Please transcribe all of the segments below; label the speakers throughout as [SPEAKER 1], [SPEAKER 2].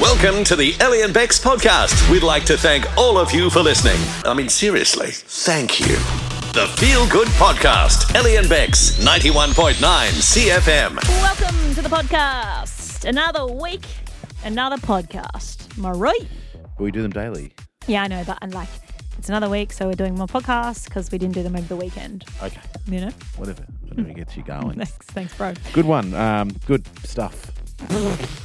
[SPEAKER 1] Welcome to the Ellie and Bex podcast. We'd like to thank all of you for listening. I mean, seriously, thank you. The Feel Good Podcast, Ellie and Bex, 91.9 CFM.
[SPEAKER 2] Welcome to the podcast. Another week, another podcast. Am I right?
[SPEAKER 3] But we do them daily.
[SPEAKER 2] Yeah, I know, but and like it's another week, so we're doing more podcasts because we didn't do them over the weekend.
[SPEAKER 3] Okay.
[SPEAKER 2] You know?
[SPEAKER 3] Whatever. Whatever gets you going.
[SPEAKER 2] Thanks, thanks, bro.
[SPEAKER 3] Good one. Um, good stuff.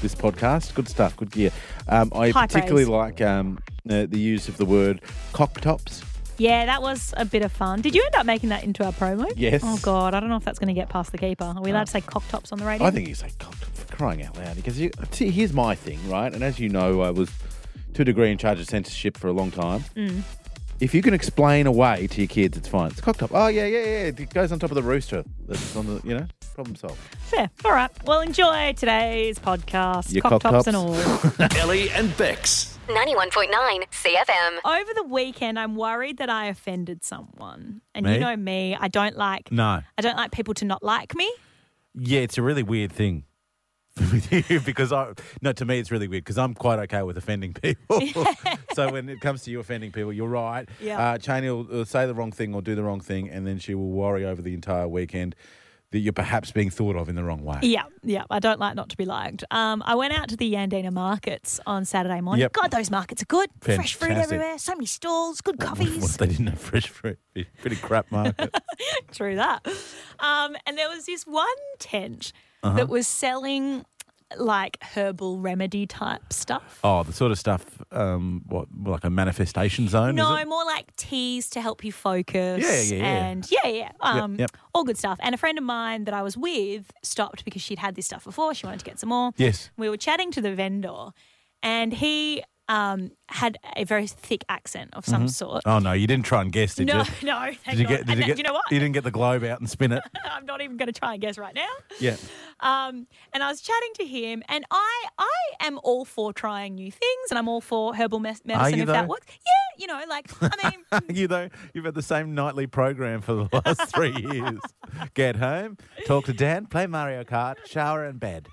[SPEAKER 3] this podcast, good stuff, good gear. Um, I
[SPEAKER 2] High
[SPEAKER 3] particularly
[SPEAKER 2] praise.
[SPEAKER 3] like um, uh, the use of the word cocktops.
[SPEAKER 2] Yeah, that was a bit of fun. Did you end up making that into our promo?
[SPEAKER 3] Yes.
[SPEAKER 2] Oh god, I don't know if that's going to get past the keeper. Are we allowed to say cocktops on the radio?
[SPEAKER 3] I think you say cocktop for crying out loud because you, see, here's my thing, right? And as you know, I was to a degree in charge of censorship for a long time.
[SPEAKER 2] Mm.
[SPEAKER 3] If you can explain away to your kids, it's fine. It's cocktop. Oh yeah, yeah, yeah. It goes on top of the rooster. That's on the, you know, problem solved.
[SPEAKER 2] Fair. All right. Well, enjoy today's podcast.
[SPEAKER 3] Your
[SPEAKER 2] cocktops
[SPEAKER 3] cocktops.
[SPEAKER 2] and all.
[SPEAKER 1] Ellie and Bex.
[SPEAKER 4] 91.9 CFM.
[SPEAKER 2] Over the weekend, I'm worried that I offended someone. And you
[SPEAKER 5] Me?
[SPEAKER 2] know me, I don't like
[SPEAKER 5] No.
[SPEAKER 2] I don't like people to not like me.
[SPEAKER 5] Yeah, it's a really weird thing with you because I no to me it's really weird because I'm quite okay with offending people. so when it comes to you offending people, you're right.
[SPEAKER 2] Yeah.
[SPEAKER 5] Uh, Cheney will uh, say the wrong thing or do the wrong thing, and then she will worry over the entire weekend that you're perhaps being thought of in the wrong way.
[SPEAKER 2] Yeah, yeah. I don't like not to be liked. Um, I went out to the Yandina markets on Saturday morning.
[SPEAKER 5] Yep.
[SPEAKER 2] God, those markets are good. Fresh fruit
[SPEAKER 5] Fantastic. Oh,
[SPEAKER 2] everywhere. So many stalls. Good
[SPEAKER 5] What if
[SPEAKER 2] coffees.
[SPEAKER 5] they didn't have fresh fruit? It'd be a Pretty crap market.
[SPEAKER 2] True that. Um, and there was this one tent
[SPEAKER 5] Uh-huh.
[SPEAKER 2] that was selling like herbal remedy type stuff.
[SPEAKER 5] oh, the sort of stuff, um, what, like a manifestation zone?
[SPEAKER 2] No,
[SPEAKER 5] Is it?
[SPEAKER 2] more like teas to help you focus.
[SPEAKER 5] Yeah, yeah, yeah.
[SPEAKER 2] And yeah, yeah. Um,
[SPEAKER 5] yep.
[SPEAKER 2] All good stuff. And a friend of mine that I was with stopped because she'd had this stuff before. She wanted to get some more.
[SPEAKER 5] Yes.
[SPEAKER 2] We were chatting to the vendor, and he um, had a very thick accent of some sort.
[SPEAKER 5] Oh, no, you didn't try and guess, did
[SPEAKER 2] no,
[SPEAKER 5] you?
[SPEAKER 2] no, thank
[SPEAKER 5] Did you
[SPEAKER 2] God.
[SPEAKER 5] get?
[SPEAKER 2] And
[SPEAKER 5] Did you
[SPEAKER 2] that-
[SPEAKER 5] get?
[SPEAKER 2] you know what?
[SPEAKER 5] You didn't get the globe out and spin it.
[SPEAKER 2] I'm not even going to try and guess right now.
[SPEAKER 5] Yeah.
[SPEAKER 2] Um, and I was chatting to him, and I I am all for trying new things, and I'm all for herbal mes- medicine
[SPEAKER 5] you,
[SPEAKER 2] if that
[SPEAKER 5] though?
[SPEAKER 2] works. Yeah, you know, like I mean,
[SPEAKER 5] you know, you've had the same nightly program for the last three years. Get home, talk to Dan, play Mario Kart, shower and bed.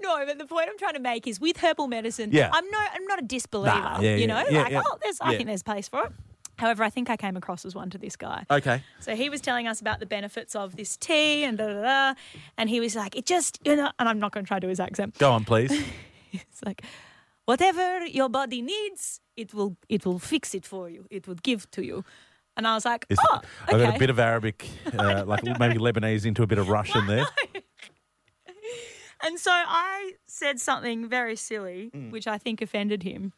[SPEAKER 2] No, but the point I'm trying to make is with herbal medicine,
[SPEAKER 5] Yeah.
[SPEAKER 2] I'm no I'm not a disbeliever.
[SPEAKER 5] Nah, yeah,
[SPEAKER 2] you
[SPEAKER 5] yeah,
[SPEAKER 2] know,
[SPEAKER 5] yeah,
[SPEAKER 2] like
[SPEAKER 5] yeah.
[SPEAKER 2] oh there's I
[SPEAKER 5] Yeah.
[SPEAKER 2] think there's place for it. However, I think I came across as one to this guy.
[SPEAKER 5] Okay.
[SPEAKER 2] So he was telling us about the benefits of this tea and da da da. And he was like, it just, you know, and I'm not going to try to do his accent.
[SPEAKER 5] Go on, please.
[SPEAKER 2] It's like, whatever your body needs, it will it will fix it for you. It will give to you. And I was like,
[SPEAKER 5] Is-
[SPEAKER 2] oh, okay.
[SPEAKER 5] I got a bit of Arabic, uh, like maybe Lebanese into a bit of Russian there.
[SPEAKER 2] And so I said something very silly,
[SPEAKER 5] Mm.
[SPEAKER 2] which I think offended him.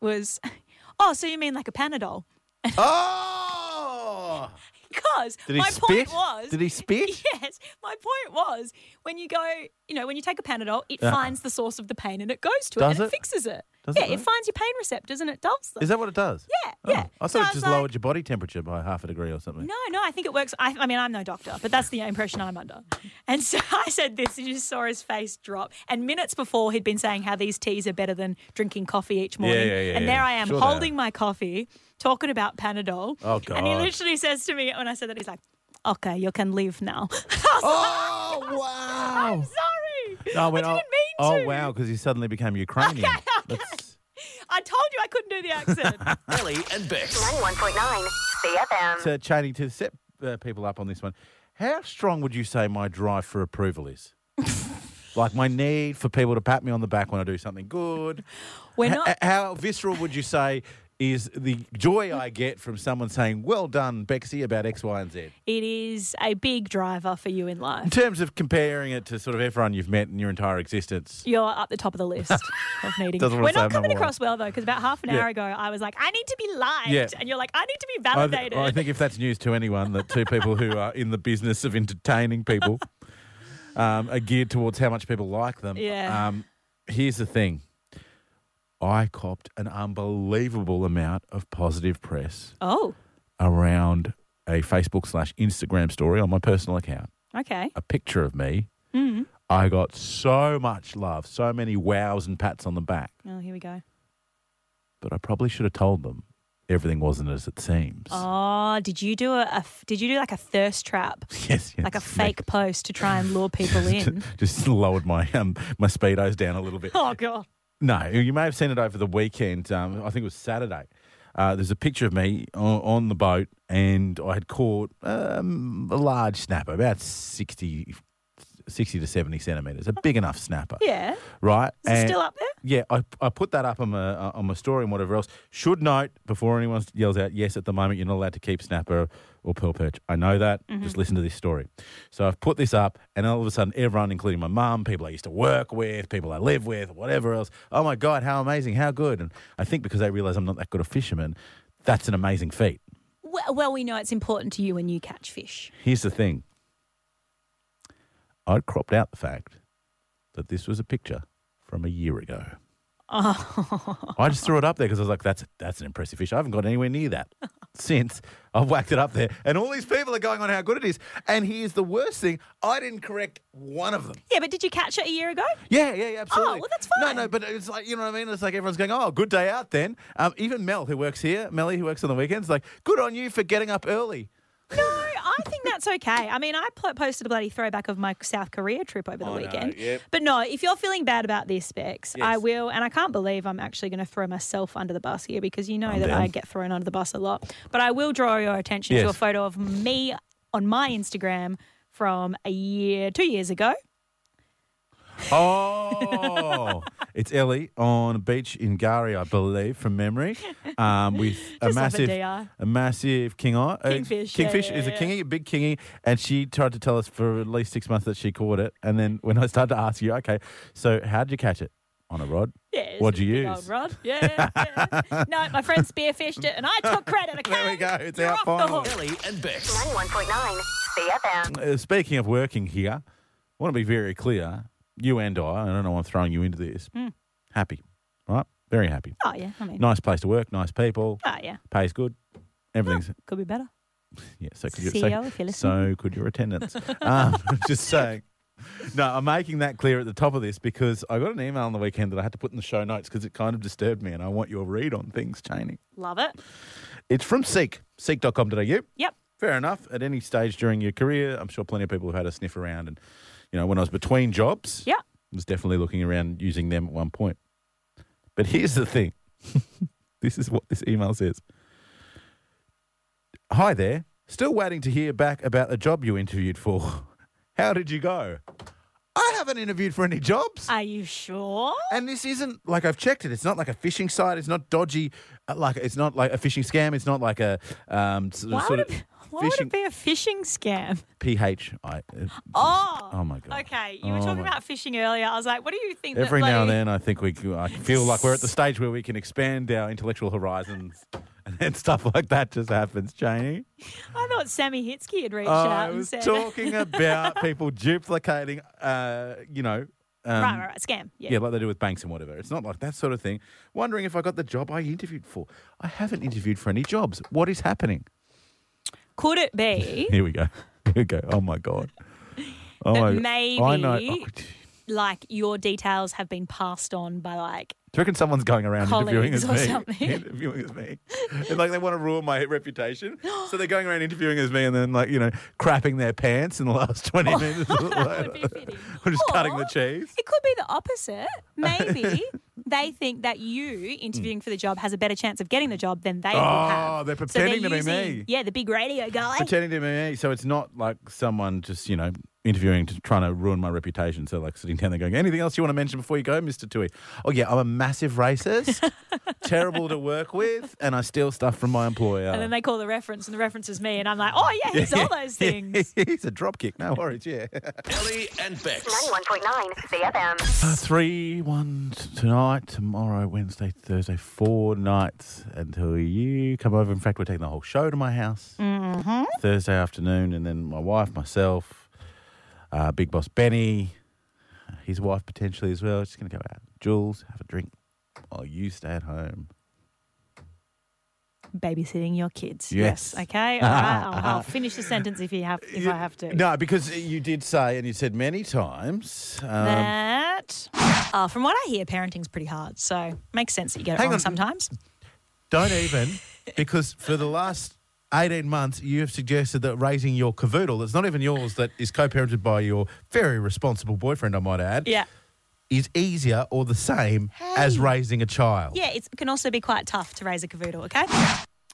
[SPEAKER 2] Was, oh, so you mean like a Panadol?
[SPEAKER 5] Oh!
[SPEAKER 2] Because
[SPEAKER 5] Did he
[SPEAKER 2] my
[SPEAKER 5] spit?
[SPEAKER 2] point was,
[SPEAKER 5] Did he spit?
[SPEAKER 2] yes, my point was when you go, you know, when you take a Panadol, it finds the source of the pain and it goes to it
[SPEAKER 5] Uh-huh. Does
[SPEAKER 2] and it,
[SPEAKER 5] it?
[SPEAKER 2] fixes it.
[SPEAKER 5] Does
[SPEAKER 2] yeah,
[SPEAKER 5] it
[SPEAKER 2] it,
[SPEAKER 5] though?
[SPEAKER 2] finds your pain receptors and it dulls them.
[SPEAKER 5] Is that what it does? Oh,
[SPEAKER 2] Yeah, yeah.
[SPEAKER 5] I thought
[SPEAKER 2] So I
[SPEAKER 5] it
[SPEAKER 2] was
[SPEAKER 5] just
[SPEAKER 2] like-
[SPEAKER 5] lowered your body temperature by half a degree or something.
[SPEAKER 2] No, no, I think it works. I, I mean, I'm no doctor, but that's the impression I'm under. And so I said this, and you just saw his face drop. And minutes before, he'd been saying how these teas are better than drinking coffee each morning.
[SPEAKER 5] yeah, yeah,
[SPEAKER 2] and there
[SPEAKER 5] yeah.
[SPEAKER 2] I am
[SPEAKER 5] Sure they are.
[SPEAKER 2] holding my coffee, talking about Panadol.
[SPEAKER 5] Oh,
[SPEAKER 2] And he
[SPEAKER 5] God.
[SPEAKER 2] literally says to me, when I said that, he's like, okay, you can leave now. I was
[SPEAKER 5] Oh, wow.
[SPEAKER 2] like, sorry.
[SPEAKER 5] No, I went,
[SPEAKER 2] I didn't
[SPEAKER 5] oh,
[SPEAKER 2] mean to.
[SPEAKER 5] Oh, wow, because he suddenly became Ukrainian. That's-
[SPEAKER 2] I told you I couldn't do the accent.
[SPEAKER 1] Ellie and Bex.
[SPEAKER 4] 91.9 CFM.
[SPEAKER 5] to Cheney to set uh, people up on this one. How strong would you say my drive for approval is? like my need for people to pat me on the back when I do something good.
[SPEAKER 2] We're
[SPEAKER 5] H-
[SPEAKER 2] not.
[SPEAKER 5] how visceral would you say is the joy I get from someone saying, "Well done, Bexy," about X, Y, and Z?
[SPEAKER 2] It is a big driver for you in
[SPEAKER 5] In
[SPEAKER 2] life.
[SPEAKER 5] terms of comparing it to sort of everyone you've met in your entire existence.
[SPEAKER 2] You're up the top of the list of needing.
[SPEAKER 5] Doesn't wanna
[SPEAKER 2] We're
[SPEAKER 5] say
[SPEAKER 2] not
[SPEAKER 5] I'm
[SPEAKER 2] coming
[SPEAKER 5] number one.
[SPEAKER 2] across well though, because about half an
[SPEAKER 5] Yeah.
[SPEAKER 2] hour ago I was like, I need to be liked,
[SPEAKER 5] Yeah.
[SPEAKER 2] and you're like, I need to be
[SPEAKER 5] I, th-
[SPEAKER 2] validated.
[SPEAKER 5] I think if that's news to anyone, that two people who are in the business of entertaining people um, are geared towards how much people like them.
[SPEAKER 2] Yeah.
[SPEAKER 5] Um, here's the thing I copped an unbelievable amount of positive press
[SPEAKER 2] oh,
[SPEAKER 5] around a Facebook slash Instagram story on my personal account,
[SPEAKER 2] okay.
[SPEAKER 5] a picture of me.
[SPEAKER 2] Mm.
[SPEAKER 5] I got so much love, so many wows and pats on the back,
[SPEAKER 2] Oh, here we go.
[SPEAKER 5] but I probably should have told them everything wasn't as it seems.
[SPEAKER 2] Oh, did you do a, a f- did you do like a thirst trap,
[SPEAKER 5] Yes, yes.
[SPEAKER 2] like a
[SPEAKER 5] Make-
[SPEAKER 2] fake post to try and lure people in?
[SPEAKER 5] just lowered my um my speedos down a little bit.
[SPEAKER 2] oh god.
[SPEAKER 5] No, you may have seen it over the weekend. Um, I think it was Saturday. Uh, there's a picture of me on, on the boat, and I had caught um, a large snapper, about 60, 60 to 70 centimetres, a big enough snapper.
[SPEAKER 2] Yeah.
[SPEAKER 5] Right?
[SPEAKER 2] Is it still up there?
[SPEAKER 5] Yeah, I, I put that up on my, uh, on my story and whatever else. Should note, before anyone yells out, yes, at the moment you're not allowed to keep snapper or pearl perch. I know that. Just listen to this story. So I've put this up, and all of a sudden, everyone, including my mum, people I used to work with, people I live with, whatever else, oh my God, how amazing, how good. And I think because they realize I'm not that good a fisherman, that's an amazing feat.
[SPEAKER 2] Well, well, we know it's important to you when you catch fish.
[SPEAKER 5] Here's the thing I cropped out the fact that this was a picture from a year ago. I just threw it up there because I was like, that's, that's an impressive fish. I haven't got anywhere near that since I've whacked it up there. And all these people are going on how good it is. And here's the worst thing I didn't correct one of them. Oh,
[SPEAKER 2] Yeah, but did you catch it a year ago?
[SPEAKER 5] Yeah, yeah, yeah, absolutely.
[SPEAKER 2] well, that's
[SPEAKER 5] No, no,
[SPEAKER 2] fine.
[SPEAKER 5] but it's like, you know what I mean? It's like everyone's going, oh, good day out then. Um, even Mel, who works here, Melly, who works on the weekends, like, good on you for getting up early.
[SPEAKER 2] No, I think that's okay. I mean, I pl- posted a bloody throwback of my South Korea trip over the weekend. But no, if you're feeling bad about this, Specs, I will. And I can't believe I'm actually going to throw myself under the bus here because you know that
[SPEAKER 5] down.
[SPEAKER 2] I get thrown under the bus a lot. But I will draw your attention to
[SPEAKER 5] Yes.
[SPEAKER 2] a photo of me on my Instagram from a year, two years ago.
[SPEAKER 5] Oh, it's Ellie on a beach in Gari, I believe, from memory, um, with
[SPEAKER 2] Just
[SPEAKER 5] a
[SPEAKER 2] love a
[SPEAKER 5] massive,
[SPEAKER 2] DR.
[SPEAKER 5] a massive king eye, uh,
[SPEAKER 2] Kingfish, yeah,
[SPEAKER 5] Kingfish
[SPEAKER 2] yeah,
[SPEAKER 5] is
[SPEAKER 2] yeah.
[SPEAKER 5] a kingy, a big kingy, and she tried to tell us for at least six months that she caught it. And then when I started to ask you, okay, so how'd you catch it? On a rod?
[SPEAKER 2] Yeah, it's
[SPEAKER 5] What'd
[SPEAKER 2] a
[SPEAKER 5] you
[SPEAKER 2] big old
[SPEAKER 5] use?
[SPEAKER 2] Rod. Yeah, yeah. no, my friend spearfished it, and I took credit. Okay,
[SPEAKER 5] There we go. It's
[SPEAKER 2] You're
[SPEAKER 5] out
[SPEAKER 2] off the
[SPEAKER 5] finally.
[SPEAKER 2] hook.
[SPEAKER 1] Ellie and Bex.
[SPEAKER 4] 91.9 CFM.
[SPEAKER 5] Uh, speaking of working here, I want to be very clear. You and I, and I don't know why I'm throwing you into this,
[SPEAKER 2] Hmm.
[SPEAKER 5] happy, right? Very happy.
[SPEAKER 2] Oh yeah, I mean,
[SPEAKER 5] Nice place to work, nice people,
[SPEAKER 2] oh yeah,
[SPEAKER 5] pays good, everything's
[SPEAKER 2] could be better.
[SPEAKER 5] Yeah, so could you,
[SPEAKER 2] CEO,
[SPEAKER 5] so,
[SPEAKER 2] E if you're
[SPEAKER 5] so could your attendance. um, just saying. No, I'm making that clear at the top of this because I got an email on the weekend that I had to put in the show notes because it kind of disturbed me and I want your read on things, Cheney.
[SPEAKER 2] Love it.
[SPEAKER 5] It's from Seek, seek.com.au.
[SPEAKER 2] Yep.
[SPEAKER 5] Fair enough. At any stage during your career, I'm sure plenty of people have had a sniff around. And, you know, when I was between jobs,
[SPEAKER 2] Yeah.
[SPEAKER 5] I was definitely looking around using them at one point. But here's the thing this is what this email says Hi there. Still waiting to hear back about the job you interviewed for. How did you go? I haven't interviewed for any jobs.
[SPEAKER 2] Are you sure?
[SPEAKER 5] And this isn't like I've checked it. It's not like a phishing site. It's not dodgy. uh, Like it's not like a phishing scam. It's not like a um, s-
[SPEAKER 2] Why,
[SPEAKER 5] sort
[SPEAKER 2] would
[SPEAKER 5] of
[SPEAKER 2] it, why would
[SPEAKER 5] phishing.
[SPEAKER 2] it be a phishing scam?
[SPEAKER 5] PH. I, uh,
[SPEAKER 2] Oh.
[SPEAKER 5] oh my god.
[SPEAKER 2] Okay, you were
[SPEAKER 5] Oh
[SPEAKER 2] talking
[SPEAKER 5] my-
[SPEAKER 2] about phishing earlier. I was like, what do you think?
[SPEAKER 5] Every
[SPEAKER 2] that,
[SPEAKER 5] now and
[SPEAKER 2] bloody-
[SPEAKER 5] then, I think we. c- I feel like we're at the stage where we can expand our intellectual horizons, and then stuff like that just happens, Janie.
[SPEAKER 2] I thought Sammy Hitsky had reached out
[SPEAKER 5] I
[SPEAKER 2] and
[SPEAKER 5] was
[SPEAKER 2] said,
[SPEAKER 5] talking about people duplicating. Uh, you know. Um,
[SPEAKER 2] right, right, right, scam. Yeah.
[SPEAKER 5] Yeah, like they do with banks and whatever. It's not like that sort of thing. Wondering if I got the job I interviewed for. I haven't interviewed for any jobs. What is happening?
[SPEAKER 2] Could it be
[SPEAKER 5] Here we go. Here we go. Oh my god. Oh
[SPEAKER 2] But
[SPEAKER 5] my I know.
[SPEAKER 2] maybe-
[SPEAKER 5] Oh, do you
[SPEAKER 2] like your details have been passed on by like
[SPEAKER 5] reckon someone's going around interviewing
[SPEAKER 2] Colleagues
[SPEAKER 5] as
[SPEAKER 2] or
[SPEAKER 5] me?
[SPEAKER 2] something.
[SPEAKER 5] Interviewing as me. And like they want to ruin my reputation. So they're going around interviewing as me and then like, you know, crapping their pants in the last 20 minutes.
[SPEAKER 2] Oh, would be fitting.
[SPEAKER 5] We're just cutting the
[SPEAKER 2] Or-
[SPEAKER 5] cheese.
[SPEAKER 2] It could be the opposite. Maybe they think that you interviewing for the job has a better chance of getting the job than they will have. So
[SPEAKER 5] Oh, they're
[SPEAKER 2] they're
[SPEAKER 5] pretending to be
[SPEAKER 2] using-
[SPEAKER 5] me.
[SPEAKER 2] Yeah, the big radio guy.
[SPEAKER 5] pretending to be me. So it's not like someone just, you know, interviewing to trying to ruin my reputation. So like sitting down there going, anything else you want to mention before you go, Mr. Tui? Oh yeah, I'm a massive racist, terrible to work with, and I steal stuff from my employer.
[SPEAKER 2] and then they call the reference, and the reference is me, and I'm like, oh yeah, he's all those things.
[SPEAKER 5] He's a dropkick, no worries, yeah.
[SPEAKER 1] Ellie and Bex.
[SPEAKER 4] 91.9 CFM.
[SPEAKER 5] Uh, three, one t- tonight, tomorrow, Wednesday, Thursday, four nights until you come over. In fact, we're taking the whole show to my house
[SPEAKER 2] Mm-hmm.
[SPEAKER 5] Thursday afternoon, and then my wife, myself, uh, Big Boss Benny, uh, his wife potentially as well. Just going to go out, Jules, have a drink while you stay at home.
[SPEAKER 2] Babysitting your kids.
[SPEAKER 5] Yes.
[SPEAKER 2] Okay. All right. I'll, I'll finish the sentence if you have if I have to.
[SPEAKER 5] No, because you did say, and you said many times. Um,
[SPEAKER 2] That. Uh, from what I hear, parenting's pretty hard, so makes sense that you get it
[SPEAKER 5] Hang
[SPEAKER 2] wrong
[SPEAKER 5] on.
[SPEAKER 2] sometimes.
[SPEAKER 5] Don't even, because for the last 18 months, you have suggested that raising your cavoodle, that's not even yours, that is co parented by your very responsible boyfriend, I might add,
[SPEAKER 2] Yeah.
[SPEAKER 5] is easier or the same as raising a child.
[SPEAKER 2] Yeah, it's, it can also be quite tough to raise a cavoodle, okay?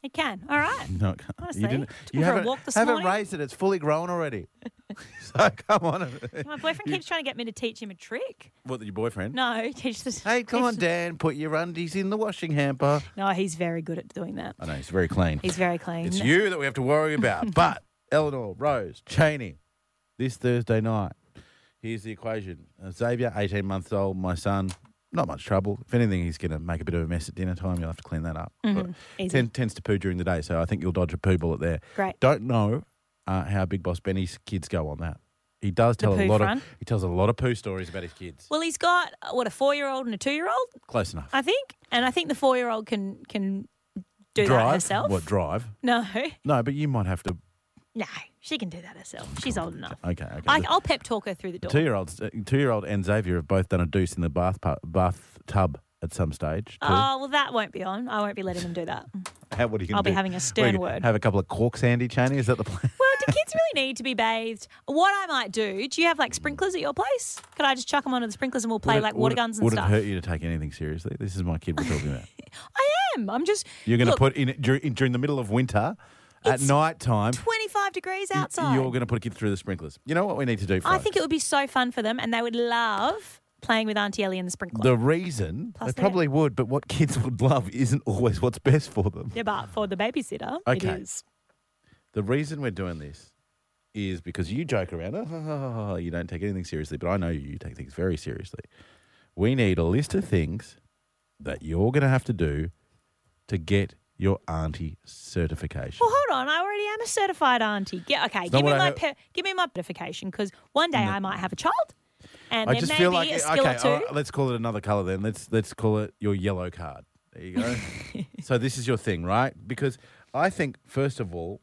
[SPEAKER 2] It can. All right.
[SPEAKER 5] No, it can't.
[SPEAKER 2] Honestly,
[SPEAKER 5] you didn't.
[SPEAKER 2] took
[SPEAKER 5] You
[SPEAKER 2] him for a
[SPEAKER 5] haven't,
[SPEAKER 2] walk this
[SPEAKER 5] haven't
[SPEAKER 2] morning.
[SPEAKER 5] raised it. It's fully grown already. so come on.
[SPEAKER 2] My boyfriend keeps trying to get me to teach him a trick.
[SPEAKER 5] What, your boyfriend?
[SPEAKER 2] No, teach this.
[SPEAKER 5] Hey, come
[SPEAKER 2] teach
[SPEAKER 5] on,
[SPEAKER 2] the-
[SPEAKER 5] Dan. Put your undies in the washing hamper.
[SPEAKER 2] No, he's very good at doing that.
[SPEAKER 5] I know he's very clean.
[SPEAKER 2] He's very clean.
[SPEAKER 5] It's you that we have to worry about. but Eleanor, Rose, Cheney, this Thursday night. Here's the equation: uh, Xavier, 18 months old, my son. Not much trouble. If anything, he's going to make a bit of a mess at dinner time. You'll have to clean that up. But
[SPEAKER 2] Mm-hmm. Easy.
[SPEAKER 5] ten- tends to poo during the day, so I think you'll dodge a poo bullet there.
[SPEAKER 2] Great.
[SPEAKER 5] Don't know uh, how Big Boss Benny's kids go on that. He does tell a
[SPEAKER 2] poo
[SPEAKER 5] lot
[SPEAKER 2] front?
[SPEAKER 5] of he tells a lot of poo stories about his kids.
[SPEAKER 2] Well, he's got uh, what a four-year-old and a two-year-old,
[SPEAKER 5] Close enough.
[SPEAKER 2] I think, and I think the four-year-old can can do
[SPEAKER 5] drive
[SPEAKER 2] that herself.
[SPEAKER 5] What drive?
[SPEAKER 2] No,
[SPEAKER 5] No, but you might have to.
[SPEAKER 2] no, she can do that herself. She's old enough.
[SPEAKER 5] Okay, okay.
[SPEAKER 2] I, I'll pep talk her through the door.
[SPEAKER 5] Two year olds, two year old uh, and Xavier have both done a deuce in the bath pu- bathtub at some stage. too.
[SPEAKER 2] Oh well, that won't be on. I won't be letting them do that. Well,
[SPEAKER 5] How- what are you gonna
[SPEAKER 2] I'll be
[SPEAKER 5] do?
[SPEAKER 2] having a
[SPEAKER 5] What are you
[SPEAKER 2] stern
[SPEAKER 5] gonna-
[SPEAKER 2] word.
[SPEAKER 5] Have a couple of corks handy, Cheney. Is that the plan?
[SPEAKER 2] do kids really need to be bathed? What I might do? Do you have like sprinklers at your place? Could I just chuck them onto the sprinklers and we'll play
[SPEAKER 5] Would it-
[SPEAKER 2] like
[SPEAKER 5] would
[SPEAKER 2] water
[SPEAKER 5] it-
[SPEAKER 2] guns and
[SPEAKER 5] would
[SPEAKER 2] stuff?
[SPEAKER 5] it hurt you to take anything seriously? This is my kid we're talking about.
[SPEAKER 2] I am. I'm just.
[SPEAKER 5] You're going to
[SPEAKER 2] Look,
[SPEAKER 5] put in during, in during the middle of winter at
[SPEAKER 2] It's
[SPEAKER 5] night time.
[SPEAKER 2] 25 degrees outside.
[SPEAKER 5] You're going to put a kid through the sprinklers. You know what we need to do?
[SPEAKER 2] I
[SPEAKER 5] folks?
[SPEAKER 2] think it would be so fun for them, and they would love playing with Auntie Ellie and the sprinkler.
[SPEAKER 5] the reason
[SPEAKER 2] Plus
[SPEAKER 5] they
[SPEAKER 2] they
[SPEAKER 5] probably would, but what kids would love isn't always what's best for them.
[SPEAKER 2] yeah, but for the babysitter,
[SPEAKER 5] Okay.
[SPEAKER 2] it is.
[SPEAKER 5] The reason we're doing this is because you joke around. "Oh, you don't take anything seriously, but I know you take things very seriously. We need a list of things that you're going to have to do to get your auntie certification.
[SPEAKER 2] Well, hold on. I already am a certified auntie. Yeah, okay.
[SPEAKER 5] not
[SPEAKER 2] Give me,
[SPEAKER 5] what I
[SPEAKER 2] my
[SPEAKER 5] heard.
[SPEAKER 2] pe- give me my certification because one day I might have a child, and
[SPEAKER 5] I
[SPEAKER 2] there
[SPEAKER 5] just
[SPEAKER 2] may
[SPEAKER 5] feel
[SPEAKER 2] be
[SPEAKER 5] like
[SPEAKER 2] a
[SPEAKER 5] it-
[SPEAKER 2] skill
[SPEAKER 5] okay.
[SPEAKER 2] or two.
[SPEAKER 5] all right, let's call it another color then. Let's let's call it your yellow card. There you go. so this is your thing, right? Because I think first of all,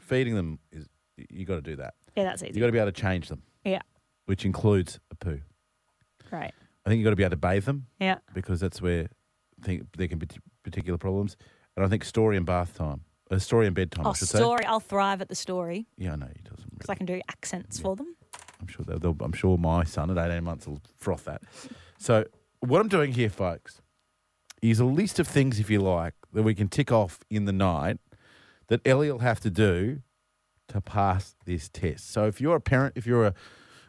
[SPEAKER 5] feeding them is you got to do that.
[SPEAKER 2] Yeah, that's
[SPEAKER 5] You
[SPEAKER 2] easy.
[SPEAKER 5] got to be able to change them,
[SPEAKER 2] yeah,
[SPEAKER 5] which includes a poo.
[SPEAKER 2] great.
[SPEAKER 5] I think you got to be able to bathe them.
[SPEAKER 2] Yeah,
[SPEAKER 5] because that's where think there can be t- particular problems. And I think story and bath time, uh, story and bedtime.
[SPEAKER 2] oh,
[SPEAKER 5] I should
[SPEAKER 2] story. I'll thrive at the story
[SPEAKER 5] say. Yeah, I know you tell some.
[SPEAKER 2] because I can do accents for them.
[SPEAKER 5] I'm sure they'll, they'll, I'm sure my son at 18 months will froth that. So what I'm doing here, folks, is a list of things, if you like, that we can tick off in the night that Ellie will have to do to pass this test. So if you're a parent, if you're a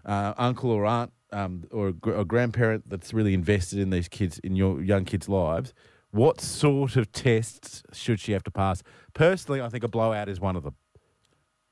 [SPEAKER 5] uh, uncle or aunt um, or a, gr- a grandparent that's really invested in these kids, in your young kids' lives, what sort of tests should she have to pass? Personally, I think a blowout is one of them.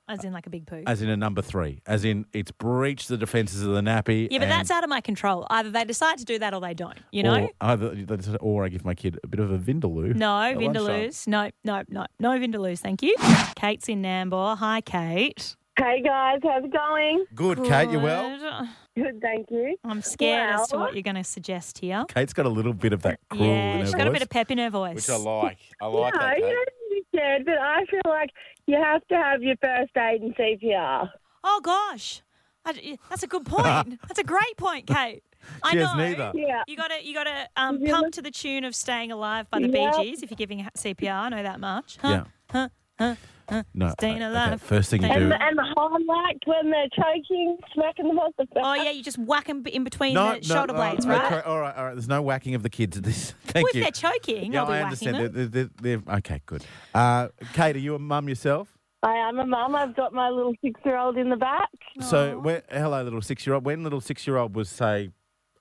[SPEAKER 2] As in, like a big poo.
[SPEAKER 5] As in a number three. As in it's breached the defences of the nappy.
[SPEAKER 2] yeah, but
[SPEAKER 5] and-
[SPEAKER 2] that's out of my control. Either they decide to do that or they don't. You know.
[SPEAKER 5] Or, either, that's- or I give my kid a bit of a vindaloo.
[SPEAKER 2] No,
[SPEAKER 5] at lunchtime.
[SPEAKER 2] Vindaloo's. No, no, no, no Vindaloo's. Thank you. Kate's in Nambour. Hi, Kate.
[SPEAKER 6] Hey guys, how's it going?
[SPEAKER 5] Good, Kate, you well?
[SPEAKER 2] Good.
[SPEAKER 6] Good, thank you.
[SPEAKER 2] I'm scared as to
[SPEAKER 6] Well.
[SPEAKER 2] what you're going to suggest here.
[SPEAKER 5] Kate's got a little bit of that cruel in
[SPEAKER 2] yeah,
[SPEAKER 5] her
[SPEAKER 2] she's got a bit
[SPEAKER 5] voice,
[SPEAKER 2] of pep in her voice.
[SPEAKER 5] Which I like. I like
[SPEAKER 6] no,
[SPEAKER 5] that,
[SPEAKER 6] you
[SPEAKER 5] Kate.
[SPEAKER 6] don't need to be scared, but I feel like you have to have your first aid and CPR.
[SPEAKER 2] Oh gosh, I, that's a good point. that's a great point, Kate. I
[SPEAKER 5] She
[SPEAKER 2] know.
[SPEAKER 5] has neither.
[SPEAKER 6] Yeah.
[SPEAKER 2] You got to you got to um,
[SPEAKER 6] Yeah.
[SPEAKER 2] pump to the tune of "Staying Alive" by the
[SPEAKER 6] Yeah.
[SPEAKER 2] Bee Gees if you're giving CPR. I know that much.
[SPEAKER 5] Yeah.
[SPEAKER 2] Huh? Huh? Huh? Huh?
[SPEAKER 5] No,
[SPEAKER 2] Staying
[SPEAKER 5] okay,
[SPEAKER 2] alive.
[SPEAKER 5] first thing you
[SPEAKER 2] Staying
[SPEAKER 5] do.
[SPEAKER 6] And the, and the highlight when they're choking, smacking them off the face.
[SPEAKER 2] Oh yeah, you just whack them in between the shoulder
[SPEAKER 5] all
[SPEAKER 2] blades,
[SPEAKER 5] right,
[SPEAKER 2] right?
[SPEAKER 5] uh, okay, all right, all right. There's no whacking of the kids at this. Thank
[SPEAKER 2] Well, if
[SPEAKER 5] you.
[SPEAKER 2] they're choking,
[SPEAKER 5] yeah,
[SPEAKER 2] I'll be
[SPEAKER 5] I
[SPEAKER 2] whacking
[SPEAKER 5] understand.
[SPEAKER 2] them.
[SPEAKER 5] They're, they're- they're- okay, good. Uh, Kate, are you a mum yourself?
[SPEAKER 6] I am a mum. I've got my little six-year-old in the back.
[SPEAKER 5] So, when, hello, little six-year-old. When little six-year-old was, say,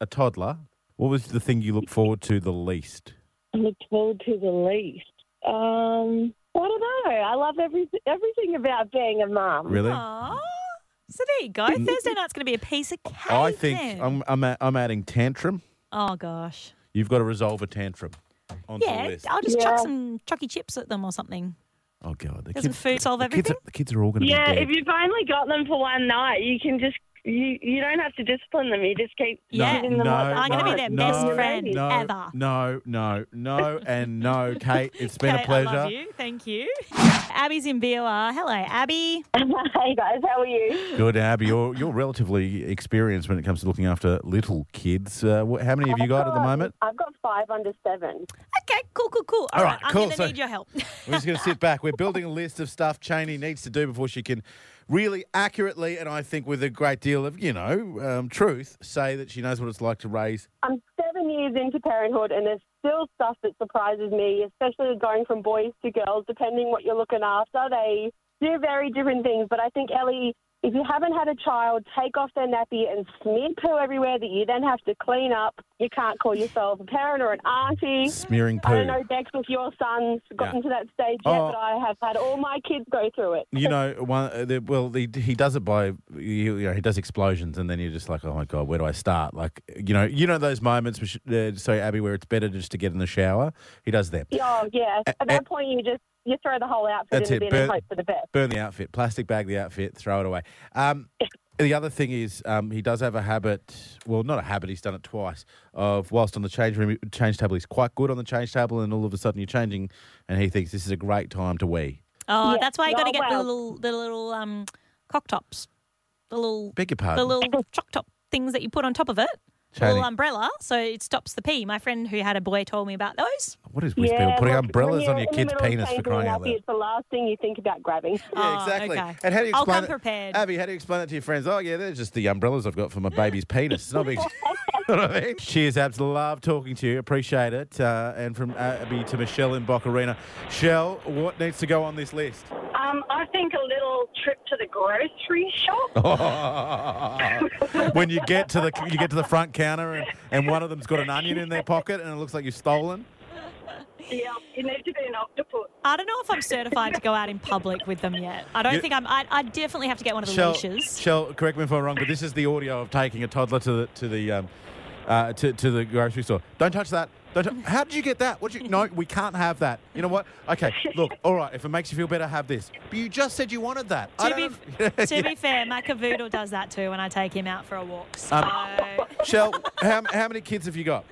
[SPEAKER 5] a toddler, what was the thing you looked forward to the least?
[SPEAKER 6] I look forward to the least. Um, I don't know. I love every, everything about being a mum.
[SPEAKER 5] Really?
[SPEAKER 2] Aw. So there you go. Thursday night's going to be a piece of cake.
[SPEAKER 5] Mm. I think
[SPEAKER 2] then.
[SPEAKER 5] I'm, I'm, a- I'm adding tantrum.
[SPEAKER 2] Oh gosh.
[SPEAKER 5] You've got to resolve a tantrum onto the
[SPEAKER 2] Yeah,
[SPEAKER 5] list.
[SPEAKER 2] I'll just
[SPEAKER 6] Yeah.
[SPEAKER 2] chuck some chucky chips at them or something.
[SPEAKER 5] Oh, God. The
[SPEAKER 2] Doesn't
[SPEAKER 5] kids,
[SPEAKER 2] food solve
[SPEAKER 5] the Kids are,
[SPEAKER 2] everything?
[SPEAKER 5] the kids are all going to
[SPEAKER 6] Yeah,
[SPEAKER 5] be dead.
[SPEAKER 6] if you've only got them for one night, you can just you you don't have to discipline them. You just keep
[SPEAKER 2] Yeah.
[SPEAKER 6] giving them
[SPEAKER 5] No,
[SPEAKER 6] what they
[SPEAKER 2] I'm
[SPEAKER 5] no,
[SPEAKER 2] gonna be
[SPEAKER 6] want.
[SPEAKER 2] their
[SPEAKER 5] no,
[SPEAKER 2] best friend
[SPEAKER 5] no,
[SPEAKER 2] ever.
[SPEAKER 5] No, no, no, and no, Kate. It's been a
[SPEAKER 2] Kate,
[SPEAKER 5] pleasure.
[SPEAKER 2] I love you. Thank you. Abby's in BOR. Hello, Abby.
[SPEAKER 6] hey guys, how are you?
[SPEAKER 5] Good, Abby. You're, you're relatively experienced when it comes to looking after little kids. Uh, wh- how many have you got
[SPEAKER 2] Oh,
[SPEAKER 5] at the moment?
[SPEAKER 6] I've got five under seven.
[SPEAKER 2] Okay, cool, cool, cool.
[SPEAKER 5] All
[SPEAKER 2] All
[SPEAKER 5] right,
[SPEAKER 2] I'm
[SPEAKER 5] cool.
[SPEAKER 2] going to
[SPEAKER 5] So-
[SPEAKER 2] need your help.
[SPEAKER 5] We're just going to sit back. We're building a list of stuff Cheney needs to do before she can really accurately, and I think with a great deal of, you know, um, truth, say that she knows what it's like to raise.
[SPEAKER 6] I'm seven years into parenthood, and there's still stuff that surprises me, especially going from boys to girls, depending what you're looking after. They do very different things, but I think, Ellie, if you haven't had a child, take off their nappy and smear poo everywhere that you then have to clean up. You can't call yourself a parent or an auntie.
[SPEAKER 5] Smearing
[SPEAKER 6] I don't
[SPEAKER 5] poo.
[SPEAKER 6] know, Dex, if your son's gotten
[SPEAKER 5] Yeah.
[SPEAKER 6] to that stage yet,
[SPEAKER 5] Oh.
[SPEAKER 6] but I have had all my kids go through it.
[SPEAKER 5] You know, one, uh, the, well, the, he does it by, you, you know, he does explosions, and then you're just like, oh my god, where do I start? Like, you know, you know those moments, which, uh, so Abby, where it's better just to get in the shower. He does them.
[SPEAKER 6] Oh, yeah. At
[SPEAKER 5] eh.
[SPEAKER 6] that point, you just you throw the whole outfit
[SPEAKER 5] That's
[SPEAKER 6] in
[SPEAKER 5] it,
[SPEAKER 6] the bin and
[SPEAKER 5] but-
[SPEAKER 6] hope for the best.
[SPEAKER 5] Burn the outfit, plastic bag the outfit, throw it away. Um, the other thing is, um, he does have a habit. Well, not a habit. He's done it twice. Of whilst on the change room, change table, he's quite good on the change table, and all of a sudden you're changing, and he thinks this is a great time to wee.
[SPEAKER 2] Oh,
[SPEAKER 6] Yeah.
[SPEAKER 2] that's why you got to
[SPEAKER 6] Oh,
[SPEAKER 2] get the
[SPEAKER 6] well.
[SPEAKER 2] little the little um cock tops, the little
[SPEAKER 5] Beg your
[SPEAKER 2] the
[SPEAKER 5] pardon.
[SPEAKER 2] little chock top things that you put on top of it. the
[SPEAKER 5] Channing.
[SPEAKER 2] Little umbrella, so it stops the pee. My friend who had a boy told me about those.
[SPEAKER 5] what is with people putting
[SPEAKER 6] look,
[SPEAKER 5] umbrellas
[SPEAKER 6] when
[SPEAKER 5] on
[SPEAKER 6] you're
[SPEAKER 5] your
[SPEAKER 6] in
[SPEAKER 5] kid's
[SPEAKER 6] the middle of
[SPEAKER 5] penis for
[SPEAKER 6] changing
[SPEAKER 5] crying out
[SPEAKER 6] nappy,
[SPEAKER 5] loud?
[SPEAKER 6] It's the last thing you think about grabbing.
[SPEAKER 5] Yeah,
[SPEAKER 2] Oh,
[SPEAKER 5] exactly.
[SPEAKER 2] okay.
[SPEAKER 5] And how do you
[SPEAKER 2] I'll
[SPEAKER 5] explain
[SPEAKER 2] come
[SPEAKER 5] that-
[SPEAKER 2] prepared.
[SPEAKER 5] Abby, how do you explain that to your friends? Oh, yeah, they're just the umbrellas I've got for my baby's penis. It's not big. You know what I mean? Cheers, Abs. Love talking to you. Appreciate it. Uh, and from Abby to Michelle in Bocarina. Shell, what needs to go on this list?
[SPEAKER 7] Um, I think a little trip to the grocery shop.
[SPEAKER 5] Oh. when you get to the you get to the front counter and, and one of them's got an onion in their pocket and it looks like you've stolen.
[SPEAKER 7] Yeah, you need to be an octopus.
[SPEAKER 2] I don't know if I'm certified to go out in public with them yet. I don't
[SPEAKER 5] You-
[SPEAKER 2] think I'm. I, I definitely have to get one of the
[SPEAKER 5] Shell,
[SPEAKER 2] leashes.
[SPEAKER 5] Shell, correct me if I'm wrong, but this is the audio of taking a toddler to the to the um, uh, to, to the grocery store. Don't touch that. Don't. tou- How did you get that? What? You, no, we can't have that. You know what? Okay, look. All right. If it makes you feel better, have this. But you just said you wanted that. I
[SPEAKER 2] To be,
[SPEAKER 5] don't-
[SPEAKER 2] to be fair, my cavoodle does that too when I take him out for a walk. So
[SPEAKER 5] Um, Shell, how, how many kids have you got?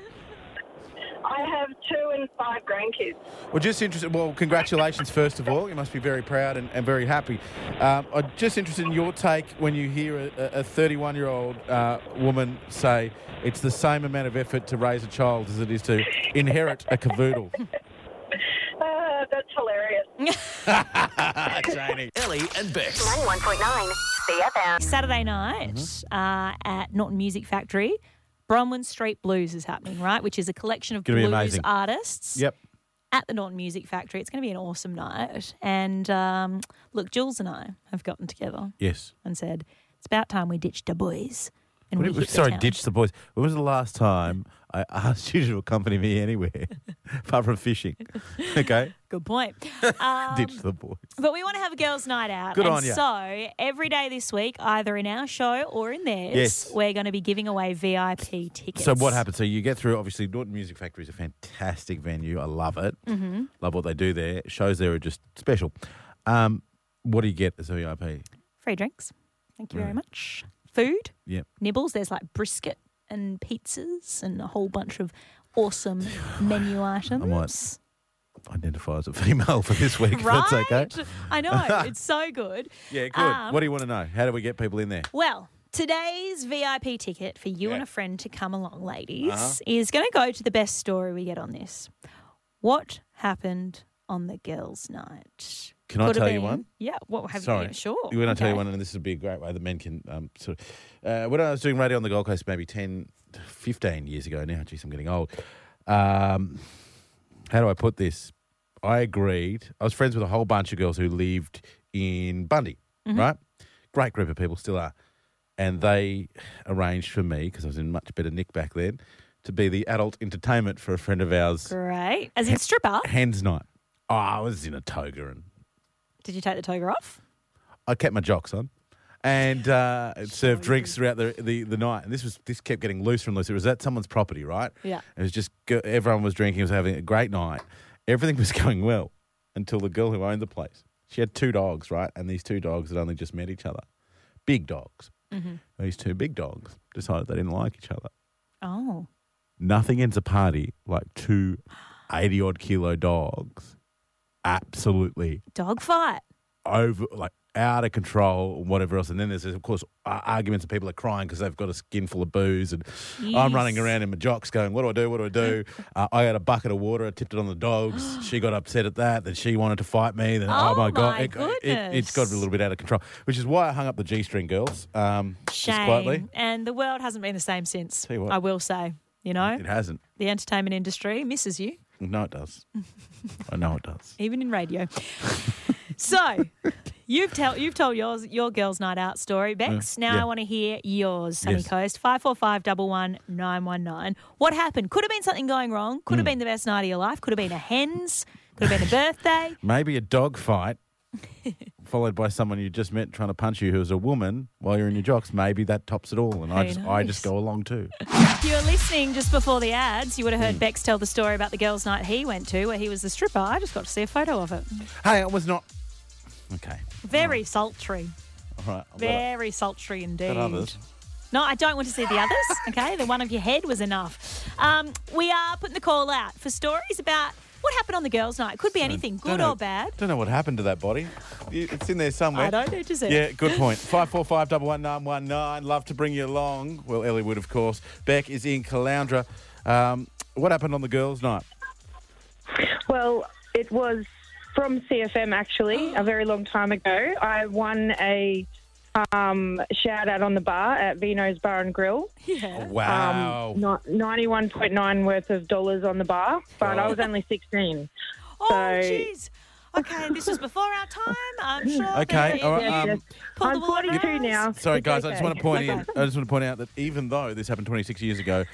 [SPEAKER 7] I have two and five grandkids.
[SPEAKER 5] Well, just interested. Well, congratulations, first of all. You must be very proud and, and very happy. Um, I'm just interested in your take when you hear a- a 31 year old uh, woman say it's the same amount of effort to raise a child as it is to inherit a cavoodle.
[SPEAKER 7] Uh, that's hilarious.
[SPEAKER 1] Ellie and Bex.
[SPEAKER 4] 91.9 CFM.
[SPEAKER 2] Saturday night
[SPEAKER 5] Mm-hmm.
[SPEAKER 2] uh, at Norton Music Factory, Bronwyn Street Blues is happening, right? Which is a collection of
[SPEAKER 5] Gonna be
[SPEAKER 2] blues
[SPEAKER 5] amazing.
[SPEAKER 2] artists.
[SPEAKER 5] Yep.
[SPEAKER 2] at the Norton Music Factory. It's going to be an awesome night. And um, look, Jules and I have gotten together
[SPEAKER 5] Yes.
[SPEAKER 2] and said, it's about time we ditched the boys. And we hit the
[SPEAKER 5] sorry,
[SPEAKER 2] town."
[SPEAKER 5] ditch the boys. When was the last time I asked you to accompany me anywhere apart from fishing? Okay.
[SPEAKER 2] Good point. Um,
[SPEAKER 5] ditch the boys.
[SPEAKER 2] but we want to have a girls' night out.
[SPEAKER 5] Good
[SPEAKER 2] and
[SPEAKER 5] on ya.
[SPEAKER 2] So every day this week, either in our show or in theirs,
[SPEAKER 5] Yes.
[SPEAKER 2] we're going to be giving away VIP tickets.
[SPEAKER 5] So what happens? So you get through. Obviously, Norton Music Factory is a fantastic venue. I love it. Mm-hmm. Love what they do there. Shows there are just special. Um, what do you get as a VIP?
[SPEAKER 2] Free drinks. Thank you very much. Food,
[SPEAKER 5] Yep.
[SPEAKER 2] nibbles. There's like brisket and pizzas and a whole bunch of awesome menu items.
[SPEAKER 5] Identify as a female for this week. if
[SPEAKER 2] right?
[SPEAKER 5] That's okay.
[SPEAKER 2] I know. It's so good.
[SPEAKER 5] Yeah, good.
[SPEAKER 2] Um,
[SPEAKER 5] what do you want to know? How do we get people in there?
[SPEAKER 2] Well, today's VIP ticket for you
[SPEAKER 5] Yeah. Uh-huh.
[SPEAKER 2] and a friend to come along, ladies, is going to go to the best story we get on this. What happened on the girls' night?
[SPEAKER 5] Can I
[SPEAKER 2] Could have
[SPEAKER 5] tell you
[SPEAKER 2] been-
[SPEAKER 5] one?
[SPEAKER 2] Yeah. What have
[SPEAKER 5] Sorry.
[SPEAKER 2] you? Sure.
[SPEAKER 5] When I tell you
[SPEAKER 2] Okay.
[SPEAKER 5] one, and this would be a great way, the men can um, sort of. Uh, when I was doing radio on the Gold Coast maybe 10, 15 years ago now, geez, I'm getting old. Um, how do I put this? I agreed. I was friends with a whole bunch of girls who lived in Bundy,
[SPEAKER 2] Mm-hmm.
[SPEAKER 5] right? Great group of people, still are. And they arranged for me, because I was in much better nick back then, to be the adult entertainment for a friend of ours,
[SPEAKER 2] Great. As in stripper,
[SPEAKER 5] Hens Night. Oh, I was in a toga and
[SPEAKER 2] did you take the toga off?
[SPEAKER 5] I kept my jocks on and uh, served drinks throughout the, the, the night. And this was this kept getting looser and looser. It was at someone's property, right?
[SPEAKER 2] Yeah.
[SPEAKER 5] It was just go- everyone was drinking, was having a great night. Everything was going well until the girl who owned the place. She had two dogs, right? And these two dogs had only just met each other, big dogs. These two big dogs decided they didn't like each other.
[SPEAKER 2] Oh.
[SPEAKER 5] Nothing ends a party like two 80 odd kilo dogs absolutely
[SPEAKER 2] Dog fight.
[SPEAKER 5] over like out of control, whatever else. And then there's, of course, ar- arguments and people are crying because they've got a skin full of booze. And I'm running around in my jocks going, What do I do? What do I do? Uh, I had a bucket of water, I tipped it on the dogs. she got upset at that. Then she wanted to fight me. Then, oh,
[SPEAKER 2] Oh,
[SPEAKER 5] my God.
[SPEAKER 2] my
[SPEAKER 5] it, got- it, has
[SPEAKER 2] goodness.
[SPEAKER 5] got a little bit out of control, which is why I hung up the G string girls. Um, Just quietly.
[SPEAKER 2] Shame. And the world hasn't been the same since.
[SPEAKER 5] Tell you what.
[SPEAKER 2] I will say, you know,
[SPEAKER 5] It hasn't.
[SPEAKER 2] the entertainment industry misses you,
[SPEAKER 5] No, it does. I know it does.
[SPEAKER 2] even in radio. so, you've tell you've told yours your girls' night out story, Bex. now
[SPEAKER 5] Uh, yeah.
[SPEAKER 2] I want to hear yours, Sunny
[SPEAKER 5] Yes.
[SPEAKER 2] Coast five four five double one nine one nine. What happened? Could have been something going wrong.
[SPEAKER 5] Hmm.
[SPEAKER 2] Could have been the best night of your life. Could have been a hen's. Could have been a birthday.
[SPEAKER 5] Maybe a dog fight followed by someone you just met trying to punch you who is a woman while you're in your jocks. Maybe that tops it all. And I
[SPEAKER 2] Who
[SPEAKER 5] just I
[SPEAKER 2] knows?
[SPEAKER 5] just go along too.
[SPEAKER 2] If you were listening just before the ads, you would have
[SPEAKER 5] Hmm.
[SPEAKER 2] heard Bex tell the story about the girls' night he went to, where he was the stripper. I just got to see a photo of it.
[SPEAKER 5] hey, I was not Okay.
[SPEAKER 2] Very sultry.
[SPEAKER 5] All right. I'll let
[SPEAKER 2] Very sultry indeed.
[SPEAKER 5] it- let others.
[SPEAKER 2] No, I don't want to see the others. Okay, the one of your head was enough. Um, we are putting the call out for stories about what happened on the girls' night. Could be anything, good
[SPEAKER 5] Don't know-
[SPEAKER 2] or bad.
[SPEAKER 5] Don't know what happened to that body. You- It's in there somewhere.
[SPEAKER 2] I don't need to see it.
[SPEAKER 5] Yeah, good point. Five four five double one nine one nine. Love to bring you along. Well, Ellie would, of course. Beck is in Caloundra. Um, what happened on the girls' night?
[SPEAKER 8] Well, it was from CFM actually, a very long time ago. I won a um, shout out on the bar at Vino's Bar and Grill.
[SPEAKER 2] Yeah.
[SPEAKER 5] Wow.
[SPEAKER 8] Um, ni- 91.9 worth of dollars on the bar, but
[SPEAKER 5] Oh.
[SPEAKER 8] I was only 16.
[SPEAKER 2] Oh,
[SPEAKER 8] So-
[SPEAKER 2] jeez. Okay, this was before our time. I'm sure. that
[SPEAKER 5] Okay,
[SPEAKER 2] they
[SPEAKER 5] all right,
[SPEAKER 8] Yes,
[SPEAKER 5] um,
[SPEAKER 8] yes.
[SPEAKER 2] pulled the
[SPEAKER 8] I'm
[SPEAKER 2] wool over
[SPEAKER 8] 42
[SPEAKER 2] our eyes.
[SPEAKER 8] now.
[SPEAKER 5] Sorry,
[SPEAKER 8] It's
[SPEAKER 5] guys. I just
[SPEAKER 8] okay.
[SPEAKER 5] want to point in. I just want to point out that even though this happened 26 years ago,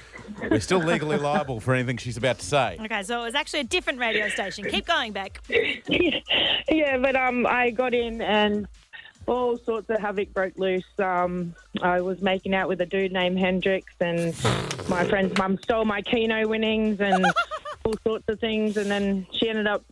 [SPEAKER 5] we're still legally liable for anything she's about to say.
[SPEAKER 2] Okay, so it was actually a different radio station. Keep going back.
[SPEAKER 8] yeah, but um, I got in and all sorts of havoc broke loose. Um, I was making out with a dude named Hendrix, and my friend's mum stole my Keno winnings and all sorts of things. And then she ended up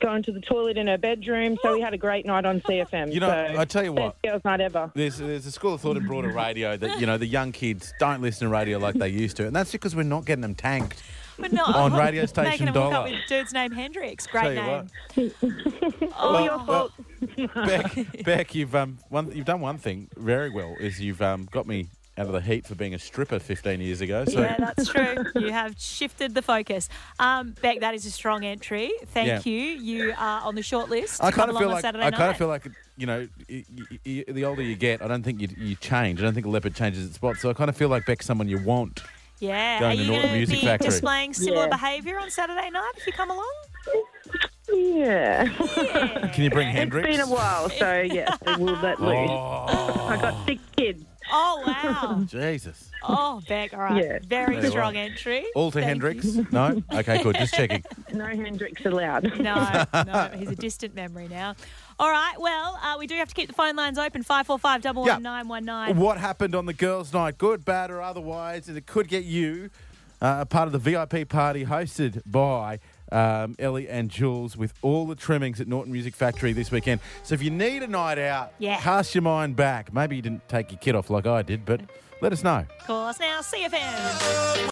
[SPEAKER 8] going to the toilet in her bedroom. So we had a great night on CFM.
[SPEAKER 5] You know,
[SPEAKER 8] so
[SPEAKER 5] I tell you what.
[SPEAKER 8] best girls' night ever.
[SPEAKER 5] There's, there's a school of thought in broader radio that you know the young kids don't listen to radio like they used to, and that's because we're not getting them tanked.
[SPEAKER 2] But no,
[SPEAKER 5] On radio
[SPEAKER 2] making
[SPEAKER 5] station
[SPEAKER 2] him hook up
[SPEAKER 5] Dollar.
[SPEAKER 2] with dude's name Hendrix.
[SPEAKER 5] Tell
[SPEAKER 2] Great
[SPEAKER 5] you
[SPEAKER 2] name.
[SPEAKER 5] Oh, Beck, Beck, you've um, one, you've done one thing very well is you've um, got me out of the heat for being a stripper 15 years ago. So
[SPEAKER 2] Yeah, that's true. You have shifted the focus. Um, Beck, that is a strong entry. Thank
[SPEAKER 5] Yeah.
[SPEAKER 2] you. You are on the short list. to
[SPEAKER 5] I
[SPEAKER 2] come
[SPEAKER 5] kind of
[SPEAKER 2] along
[SPEAKER 5] feel
[SPEAKER 2] on
[SPEAKER 5] like
[SPEAKER 2] Saturday
[SPEAKER 5] I kind
[SPEAKER 2] night.
[SPEAKER 5] of feel like you know, y- y- y- the older you get, I don't think you, you change. I don't think a leopard changes its spot. So I kind of feel like Beck's someone you want.
[SPEAKER 2] yeah.
[SPEAKER 5] going
[SPEAKER 2] are
[SPEAKER 5] to
[SPEAKER 2] you
[SPEAKER 5] Norton
[SPEAKER 2] gonna
[SPEAKER 5] Music
[SPEAKER 2] be
[SPEAKER 5] Factory.
[SPEAKER 2] displaying similar
[SPEAKER 8] Yeah.
[SPEAKER 2] behaviour on Saturday night if you come along?
[SPEAKER 8] Yeah.
[SPEAKER 5] Can you bring Hendrix? Oh,
[SPEAKER 8] It's been a while, so yes, I will let loose. I got six kids.
[SPEAKER 2] Oh wow.
[SPEAKER 5] Jesus.
[SPEAKER 2] Oh Beck, all right.
[SPEAKER 8] Yeah.
[SPEAKER 2] Very
[SPEAKER 5] Tell you
[SPEAKER 2] strong
[SPEAKER 5] what.
[SPEAKER 2] entry.
[SPEAKER 5] All to
[SPEAKER 2] Thank
[SPEAKER 5] Hendrix?
[SPEAKER 2] you.
[SPEAKER 5] No? Okay, good. Just checking.
[SPEAKER 8] No Hendrix allowed.
[SPEAKER 2] No, no, he's a distant memory now. All right, well, uh, we do have to keep the phone lines open 545 11919.
[SPEAKER 5] What happened on the girls' night, good, bad, or otherwise, and it could get you uh, a part of the VIP party hosted by um, Ellie and Jules with all the trimmings at Norton Music Factory this weekend. So if you need a night out,
[SPEAKER 2] Yeah.
[SPEAKER 5] cast your mind back. Maybe you didn't take your kid off like I did, but let us know.
[SPEAKER 2] Call us now, CFM.